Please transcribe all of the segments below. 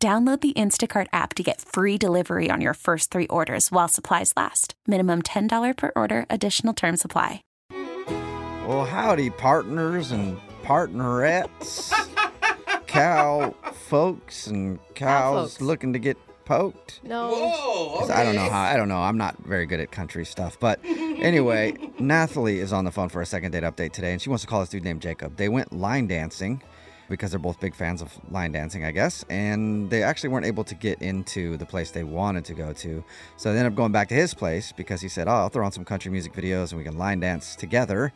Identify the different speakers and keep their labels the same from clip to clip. Speaker 1: Download the Instacart app to get free delivery on your first three orders while supplies last. Minimum $10 per order, additional term supply.
Speaker 2: Well, howdy, partners and partnerettes, cow folks and cows
Speaker 3: folks.
Speaker 2: looking to get poked.
Speaker 3: No.
Speaker 4: Whoa!
Speaker 2: 'Cause I don't know how. I don't know. I'm not very good at country stuff. But anyway, Nathalie is on the phone for a second date update today, and she wants to call this dude named Jacob. They went line dancing because they're both big fans of line dancing, I guess. And they actually weren't able to get into the place they wanted to go to, so they ended up going back to his place because he said, "Oh, I'll throw on some country music videos and we can line dance together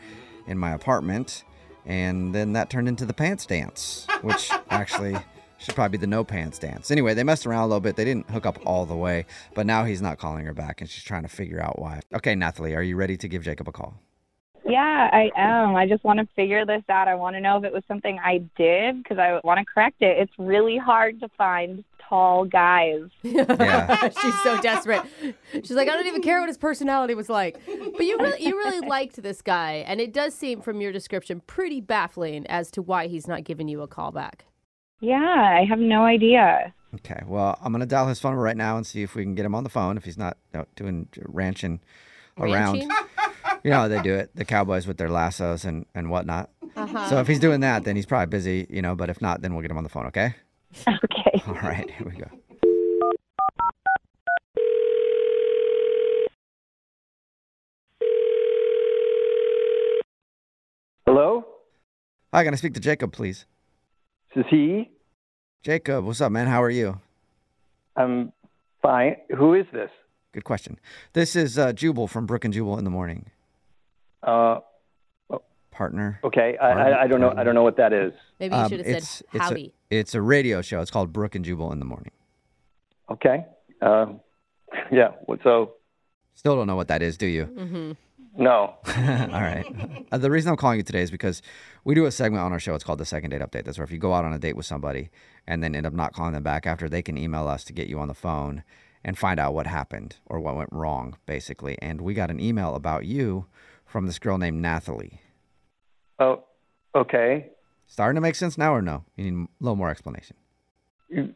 Speaker 2: in my apartment." And then that turned into the pants dance, which actually should probably be the no pants dance. Anyway, they messed around a little bit. They didn't hook up all the way, but now he's not calling her back and she's trying to figure out why. Okay, Nathalie, are you ready to give Jacob a call?
Speaker 5: Yeah, I am. I just want to figure this out. I want to know if it was something I did because I want to correct it. It's really hard to find tall guys.
Speaker 2: Yeah.
Speaker 3: She's so desperate. She's like, I don't even care what his personality was like. But you really, you really liked this guy, and it does seem from your description pretty baffling as to why he's not giving you a call back.
Speaker 5: Yeah, I have no idea.
Speaker 2: Okay, well, I'm going to dial his phone right now and see if we can get him on the phone if he's not out doing ranching around.
Speaker 3: Ranching?
Speaker 2: You know how they do it, the cowboys with their lassos and, and whatnot.
Speaker 3: Uh-huh.
Speaker 2: So if he's doing that, then he's probably busy, you know, but if not, then we'll get him on the phone, okay?
Speaker 5: Okay.
Speaker 2: All right, here we go.
Speaker 6: Hello?
Speaker 2: Hi, can I speak to Jacob, please?
Speaker 6: This is he.
Speaker 2: Jacob, what's up, man? How are you?
Speaker 6: I'm fine. Who is this?
Speaker 2: Good question. This is uh, Jubal from Brook and Jubal in the morning.
Speaker 6: Uh,
Speaker 2: Partner.
Speaker 6: okay. I, I, I don't know. I don't know what that is.
Speaker 3: Maybe you
Speaker 2: Um,
Speaker 3: should have said
Speaker 2: it's
Speaker 3: howdy.
Speaker 2: A, it's a radio show. It's called Brook and Jubal in the morning.
Speaker 6: Okay. Uh, yeah. what- So
Speaker 2: Still don't know what that is, do you?
Speaker 6: no.
Speaker 3: Mm-hmm.
Speaker 2: All right. Uh, the reason I'm calling you today is because we do a segment on our show. It's called the Second Date Update. That's where if you go out on a date with somebody and then end up not calling them back after, they can email us to get you on the phone and find out what happened or what went wrong, basically. And we got an email about you from this girl named Nathalie.
Speaker 6: Oh, okay.
Speaker 2: Starting to make sense now or no? You need a little more explanation.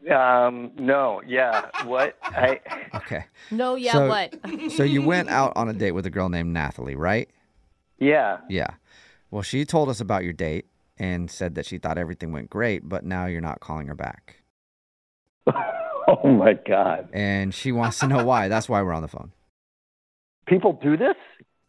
Speaker 6: Um, no. Yeah. What? I.
Speaker 2: Okay.
Speaker 3: No, yeah,
Speaker 2: so-
Speaker 3: what?
Speaker 2: So you went out on a date with a girl named Nathalie, right?
Speaker 6: Yeah.
Speaker 2: Yeah. Well, she told us about your date and said that she thought everything went great, but now you're not calling her back.
Speaker 6: Oh my God.
Speaker 2: And she wants to know why. That's why we're on the phone.
Speaker 6: People do this?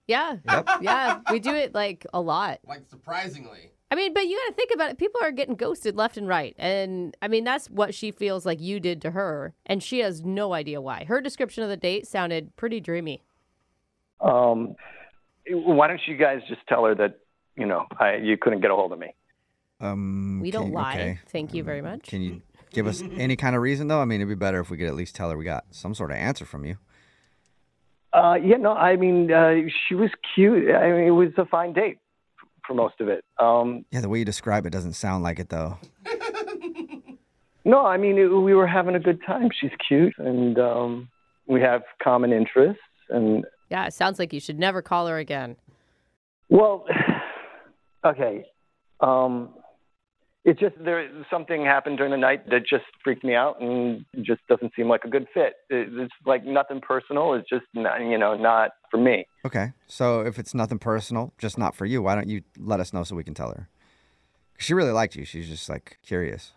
Speaker 3: Yeah. Yeah, we do it like a lot.
Speaker 4: Like surprisingly.
Speaker 3: I mean, but you got to think about it. People are getting ghosted left and right. And I mean, that's what she feels like you did to her. And she has no idea why. Her description of the date sounded pretty dreamy.
Speaker 6: Um, why don't you guys just tell her that you know I, you couldn't get a hold of me?
Speaker 2: Um,
Speaker 3: We don't
Speaker 2: can-
Speaker 3: lie.
Speaker 2: okay. Um,
Speaker 3: Thank you very much.
Speaker 2: Can you give us any kind of reason, though? I mean, it'd be better if we could at least tell her we got some sort of answer from you.
Speaker 6: Uh, yeah, no, I mean, uh, she was cute. I mean, it was a fine date for most of it. Um,
Speaker 2: Yeah, the way you describe it doesn't sound like it, though.
Speaker 6: no, I mean, it, we were having a good time. She's cute, and um, we have common interests. And
Speaker 3: Yeah, it sounds like you should never call her again.
Speaker 6: well, okay, um, it's just there something happened during the night that just freaked me out, and just doesn't seem like a good fit. It, it's like nothing personal. It's just not, you know not for me.
Speaker 2: Okay. So if it's nothing personal, just not for you, why don't you let us know so we can tell her? 'Cause She really liked you. She's just like curious.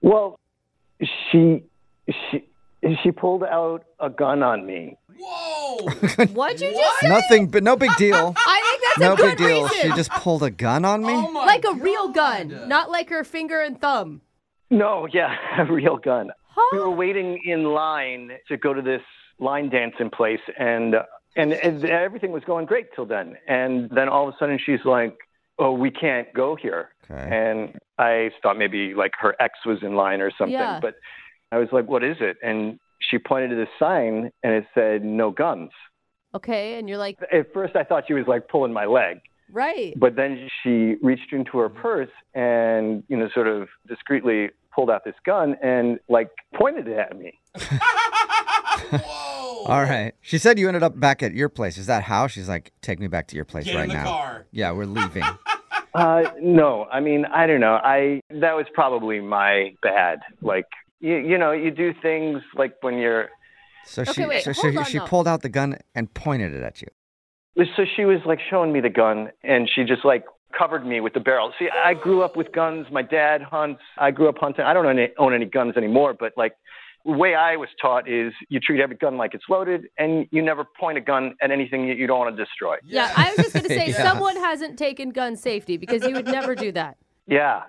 Speaker 6: Well, she she she pulled out a gun on me.
Speaker 4: Whoa!
Speaker 3: What'd you just
Speaker 4: What?
Speaker 3: say?
Speaker 2: Nothing, but no big deal.
Speaker 3: I think that's
Speaker 2: no
Speaker 3: a
Speaker 2: big
Speaker 3: good
Speaker 2: deal.
Speaker 3: reason.
Speaker 2: She just pulled a gun on me.
Speaker 4: Oh my
Speaker 3: like a real
Speaker 4: God.
Speaker 3: gun, not like her finger and thumb.
Speaker 6: No, yeah, a real gun. We
Speaker 3: Huh?
Speaker 6: were waiting in line to go to this line dancing place, and and, and everything was going great till then. And then all of a sudden, she's like, "Oh, we can't go here."
Speaker 2: Okay.
Speaker 6: And I thought maybe like her ex was in line or something,
Speaker 3: Yeah.
Speaker 6: but I was like, what is it? And she pointed to the sign and it said, no guns.
Speaker 3: Okay, and you're like,
Speaker 6: At first, I thought she was like pulling my leg,
Speaker 3: right.
Speaker 6: but then she reached into her purse and, you know, sort of discreetly pulled out this gun and like pointed it at me.
Speaker 3: uh,
Speaker 4: Whoa.
Speaker 2: All right. She said you ended up back at your place. Is that how? She's like, take me back to your place
Speaker 4: Get
Speaker 2: right
Speaker 4: in the
Speaker 2: now.
Speaker 4: car.
Speaker 2: Yeah, we're leaving.
Speaker 6: Uh, no, I mean, I don't know. I that was probably my bad. Like, you, you know, you do things like when you're.
Speaker 2: So
Speaker 3: Okay,
Speaker 2: she
Speaker 3: wait,
Speaker 2: so
Speaker 3: hold
Speaker 2: she,
Speaker 3: on,
Speaker 2: she
Speaker 3: though.
Speaker 2: pulled out the gun and pointed it at you.
Speaker 6: So she was like showing me the gun, and she just like covered me with the barrel. See, I grew up with guns. My dad hunts. I grew up hunting. I don't own any, own any guns anymore, but like. The way I was taught is you treat every gun like it's loaded, and you never point a gun at anything that you don't want to destroy.
Speaker 3: Yeah, I was just gonna say
Speaker 2: Yeah.
Speaker 3: someone hasn't taken gun safety because you would never do that.
Speaker 6: Yeah.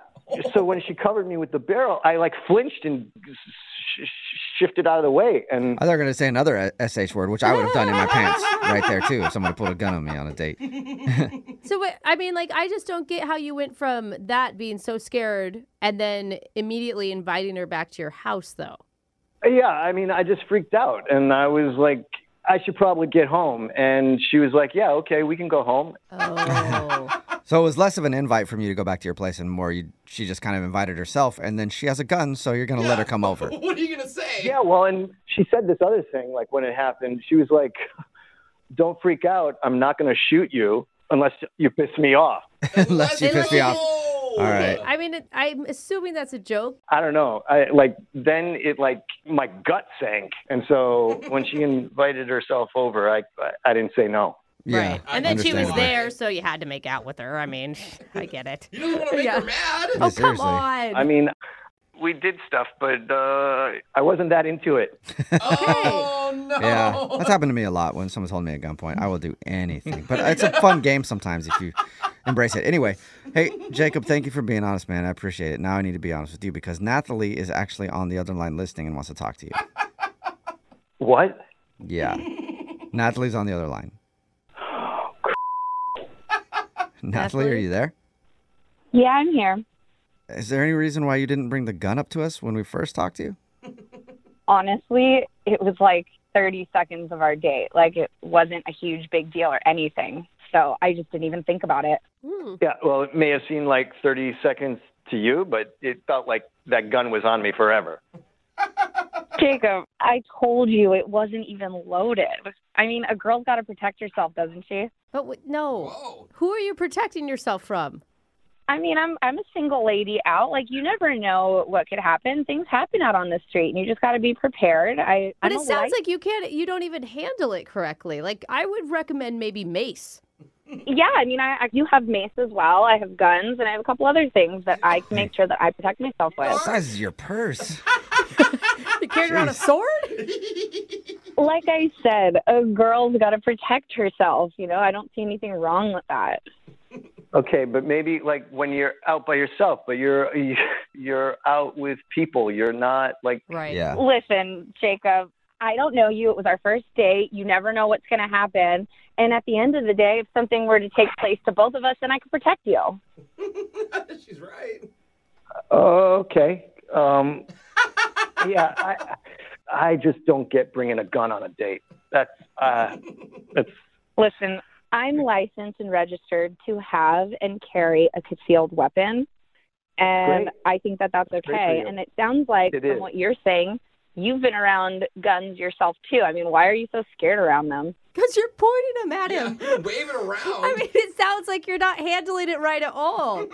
Speaker 6: So when she covered me with the barrel, I like flinched and sh- sh- shifted out of the way, and
Speaker 2: I thought you were going to say another SH word, which I would have done in my pants right there, too, if someone had pulled a gun on me on a date.
Speaker 3: So wait, I mean, like, I just don't get how you went from that being so scared and then immediately inviting her back to your house, though.
Speaker 6: Yeah, I mean, I just freaked out, and I was like, I should probably get home. And she was like, Yeah, okay, we can go home.
Speaker 3: Oh,
Speaker 2: So it was less of an invite from you to go back to your place and more you, she just kind of invited herself. And then she has a gun, so you're going to let her come over.
Speaker 4: What are you gonna say?
Speaker 6: Yeah, well, and she said this other thing, like when it happened, she was like, Don't freak out. I'm not going to shoot you unless you piss me off.
Speaker 2: Unless you
Speaker 3: They
Speaker 2: piss me off.
Speaker 3: let you-
Speaker 4: Whoa.
Speaker 2: All right.
Speaker 3: I mean, it, I'm assuming that's a joke.
Speaker 6: I don't know. I like then it like my gut sank, and so when she invited herself over, I I didn't say no.
Speaker 2: Yeah,
Speaker 3: right. And then she was
Speaker 2: understandable.
Speaker 4: there,
Speaker 3: there, so you had to make out with her. I mean, I get it.
Speaker 4: You don't want to make
Speaker 3: Yeah.
Speaker 4: her mad.
Speaker 2: Yeah,
Speaker 3: Oh, come
Speaker 2: seriously.
Speaker 3: on.
Speaker 6: I mean, we did stuff, but uh, I wasn't that into it.
Speaker 4: Oh no.
Speaker 2: Yeah, that's happened to me a lot when someone's holding me at gunpoint. I will do anything, but it's a fun game sometimes if you embrace it. Anyway, hey Jacob, thank you for being honest, man. I appreciate it. Now I need to be honest with you because Natalie is actually on the other line listening and wants to talk to you.
Speaker 6: What?
Speaker 2: Yeah, Natalie's on the other line. Natalie, are
Speaker 3: Natalie?
Speaker 2: you there?
Speaker 5: Yeah, I'm here.
Speaker 2: Is there any reason why you didn't bring the gun up to us when we first talked to you?
Speaker 5: Honestly, it was like 30 seconds of our date. Like it wasn't a huge big deal or anything. So I just didn't even think about it.
Speaker 3: Hmm.
Speaker 6: Yeah, well, it may have seemed like 30 seconds to you, but it felt like that gun was on me forever.
Speaker 5: Jacob, I told you it wasn't even loaded. I mean, a girl's got to protect herself, doesn't she?
Speaker 3: But w- no.
Speaker 4: Whoa.
Speaker 3: Who are you protecting yourself from?
Speaker 5: I mean, I'm I'm a single lady out. Like you never know what could happen. Things happen out on the street, and you just got to be prepared. I
Speaker 3: But
Speaker 5: I'm
Speaker 3: it
Speaker 5: a
Speaker 3: sounds like you can't. You don't even handle it correctly. Like I would recommend maybe mace.
Speaker 5: yeah. I mean, I, I do have mace as well. I have guns, and I have a couple other things that I can make sure that I protect myself
Speaker 2: What
Speaker 5: with.
Speaker 2: size is your purse?
Speaker 3: You carried around a sword.
Speaker 5: Like I said, a girl's got to protect herself. You know, I don't see anything wrong with that.
Speaker 6: Okay, but maybe like when you're out by yourself, but you're you're out with people. You're not like
Speaker 3: Right.
Speaker 2: Yeah.
Speaker 5: Listen, Jacob, I don't know you. It was our first date. You never know what's going to happen. And at the end of the day, if something were to take place to both of us, then I could protect you.
Speaker 4: She's right.
Speaker 6: oh, okay. Um, yeah, I I just don't get bringing a gun on a date. That's uh, that's
Speaker 5: Listen, I'm licensed and registered to have and carry a concealed weapon, and
Speaker 6: Great.
Speaker 5: I think that that's
Speaker 6: great for
Speaker 5: okay.
Speaker 6: you.
Speaker 5: And it sounds like,
Speaker 6: It
Speaker 5: from
Speaker 6: is.
Speaker 5: what you're saying, you've been around guns yourself too. I mean, why are you so scared around them?
Speaker 3: Because you're pointing them at
Speaker 4: Yeah.
Speaker 3: him.
Speaker 4: Wave it around.
Speaker 3: I mean, it sounds like you're not handling it right at all.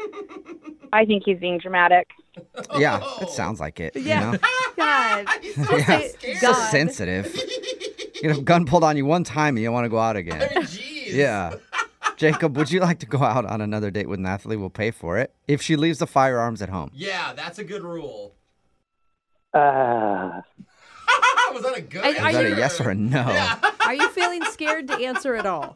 Speaker 5: I think he's being dramatic.
Speaker 2: Yeah, it sounds like it.
Speaker 3: Yeah.
Speaker 2: You know?
Speaker 3: God.
Speaker 4: He's so
Speaker 2: Yeah.
Speaker 4: scared.
Speaker 2: So
Speaker 3: God.
Speaker 2: sensitive. You know, gun pulled on you one time, you don't want to go out again.
Speaker 4: I mean, jeez.
Speaker 2: Yeah. Jacob, would you like to go out on another date with Nathalie? We'll pay for it. If she leaves the firearms at home.
Speaker 4: Yeah, that's a good rule.
Speaker 6: uh,
Speaker 4: Was that a good?
Speaker 3: Are- are
Speaker 2: Is that
Speaker 3: you-
Speaker 2: a yes or a no?
Speaker 3: Are you feeling scared to answer at all?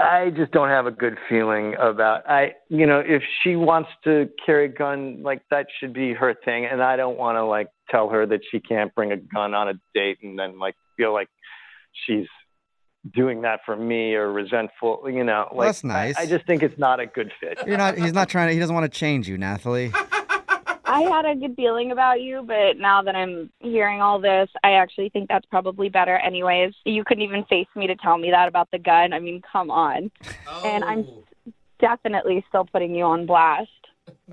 Speaker 6: I just don't have a good feeling about I you know if she wants to carry a gun like that should be her thing and I don't want to like tell her that she can't bring a gun on a date and then like feel like she's doing that for me or resentful you know like
Speaker 2: that's nice.
Speaker 6: I, I just think it's not a good fit.
Speaker 2: You're not he's not trying to he doesn't want to change you, Nathalie.
Speaker 5: I had a good feeling about you, but now that I'm hearing all this, I actually think that's probably better, anyways. You couldn't even face me to tell me that about the gun. I mean, come on. And I'm-
Speaker 4: Oh,
Speaker 5: Definitely still putting you on blast.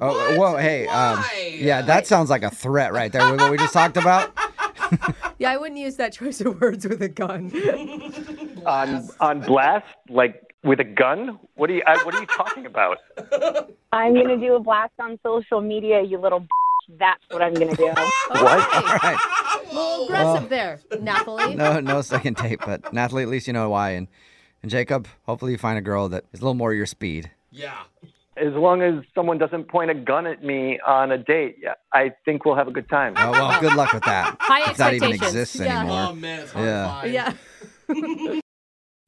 Speaker 2: Oh, whoa, hey, um,
Speaker 4: Why?
Speaker 2: yeah, that sounds like a threat right there with what we just talked about.
Speaker 3: Yeah, I wouldn't use that choice of words with a gun.
Speaker 6: on on blast, like with a gun. What are you? I, what are you talking about?
Speaker 5: I'm going to do a blast on social media, you little b- That's what I'm going to do.
Speaker 6: What?
Speaker 2: All right.
Speaker 4: Oh,
Speaker 3: Well,
Speaker 2: Oh.
Speaker 3: aggressive there, Nathalie.
Speaker 2: No, no second date, but Natalie, at least you know why. And, and Jacob, hopefully you find a girl that is a little more your speed.
Speaker 4: yeah.
Speaker 6: As long as someone doesn't point a gun at me on a date, yeah, I think we'll have a good time.
Speaker 2: Oh, well, good luck with that.
Speaker 3: High
Speaker 2: If that even
Speaker 3: expectations.
Speaker 2: exists
Speaker 3: Yeah.
Speaker 2: anymore.
Speaker 4: Oh man, it's hard
Speaker 2: Yeah.
Speaker 4: to find.
Speaker 3: Yeah.